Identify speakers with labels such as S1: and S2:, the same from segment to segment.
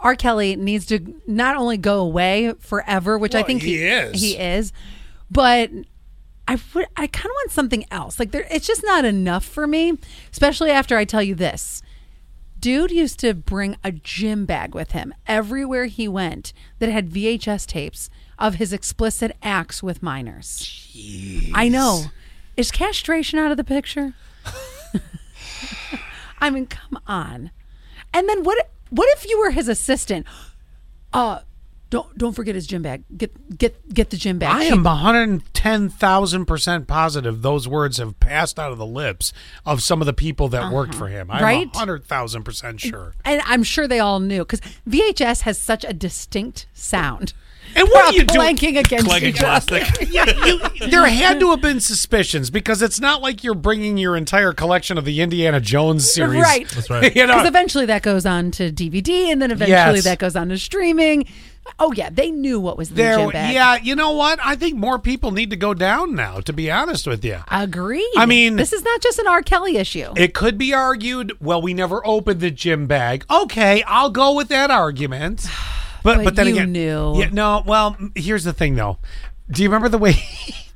S1: R. Kelly needs to not only go away forever, which I
S2: Well,
S1: think
S2: he is.
S1: he is, but I would, I kind of want something else. Like there, it's just not enough for me, especially after I tell you this. Dude used to bring a gym bag with him everywhere he went that had VHS tapes of his explicit acts with minors. I know. Is castration out of the picture? I mean, come on. And then what? What if you were his assistant? Uh, don't don't forget his gym bag. Get get get the gym bag.
S2: I
S1: She-
S2: am 110,000% positive those words have passed out of the lips of some of the people that worked for him. I'm
S1: Uh-huh. Right?
S2: 100,000% sure.
S1: and I'm sure they all knew because VHS has such a distinct sound.
S2: And what
S1: We're
S2: do you do?
S1: clanking against
S3: Clanking
S1: each other.
S3: plastic.
S2: there had to have been suspicions because it's not like you're bringing your entire collection of the Indiana Jones series.
S1: Right. That's
S3: right.
S2: you know,
S1: Because eventually that goes on to DVD, and then eventually
S2: Yes.
S1: that goes on to streaming. Oh yeah, they knew what was in the
S2: there,
S1: gym bag.
S2: yeah, you know what? I think more people need to go down now, to be honest with you.
S1: agreed.
S2: I mean-
S1: this is not just an R. Kelly issue.
S2: It could be argued, well, we never opened the gym bag. Okay, I'll go with that argument. But but,
S1: But
S2: then
S1: you
S2: again,
S1: knew.
S2: Yeah, no. Well, m- here's the thing, though. Do you remember the way? Do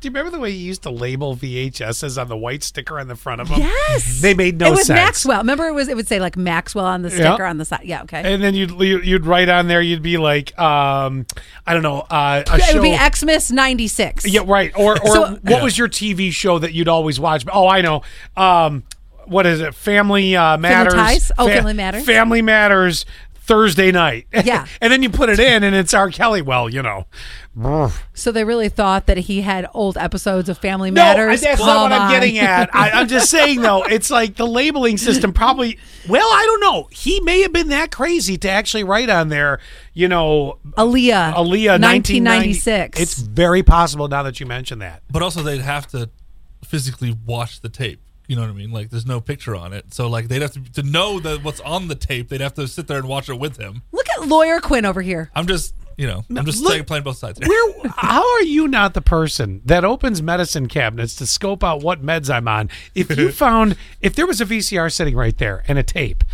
S2: you remember the way you used to label VHSs on the white sticker on the front of them?
S1: yes,
S2: they made no
S1: It was
S2: sense.
S1: Maxwell. Remember, it was it would say like Maxwell on the sticker
S2: Yeah.
S1: on the side. Yeah, okay.
S2: And then you'd you'd write on there. You'd be like, um, I don't know, uh, a
S1: it
S2: show.
S1: would be Xmas '96.
S2: yeah, right. Or or
S1: So-
S2: what was your TV show that you'd always watch? Oh, I know. Um, what is it? Family uh, matters.
S1: Ties? Oh, Family Matters.
S2: Family matters. Thursday night.
S1: Yeah.
S2: and then you put it in, and it's R. Kelly. Well, you know.
S1: So they really thought that he had old episodes of Family
S2: No,
S1: Matters.
S2: that's
S1: Come
S2: not what
S1: on.
S2: I'm getting at. I, I'm just saying though, it's like the labeling system probably. Well, I don't know. He may have been that crazy to actually write on there. You know,
S1: Aaliyah,
S2: Aaliyah,
S1: 1996.
S2: It's very possible now that you mention that.
S3: But also, they'd have to physically watch the tape. You know what I mean? Like, there's no picture on it, so like they'd have to to know that what's on the tape. They'd have to sit there and watch it with him.
S1: Look at lawyer Quinn over here.
S3: I'm just, you know, I'm just
S2: look-
S3: saying, playing both sides. here.
S2: Where? How are you not the person that opens medicine cabinets to scope out what meds I'm on? If you found, if there was a VCR sitting right there and a tape,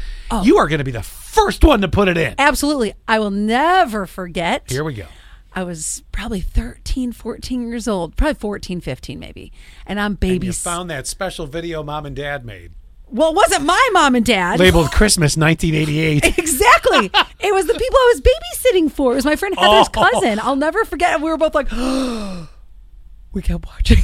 S2: you are going to be the first one to put it in.
S1: Absolutely. I will never forget.
S2: Here we go.
S1: I was probably 13, 14 years old, probably 14, 15 maybe. And I'm baby.
S2: You found that special video mom and dad made.
S1: well, it wasn't my mom and dad.
S2: labeled Christmas 1988.
S1: Exactly. it was the people I was babysitting for. It was my friend Heather's cousin. I'll never forget. And we were both like, we kept watching.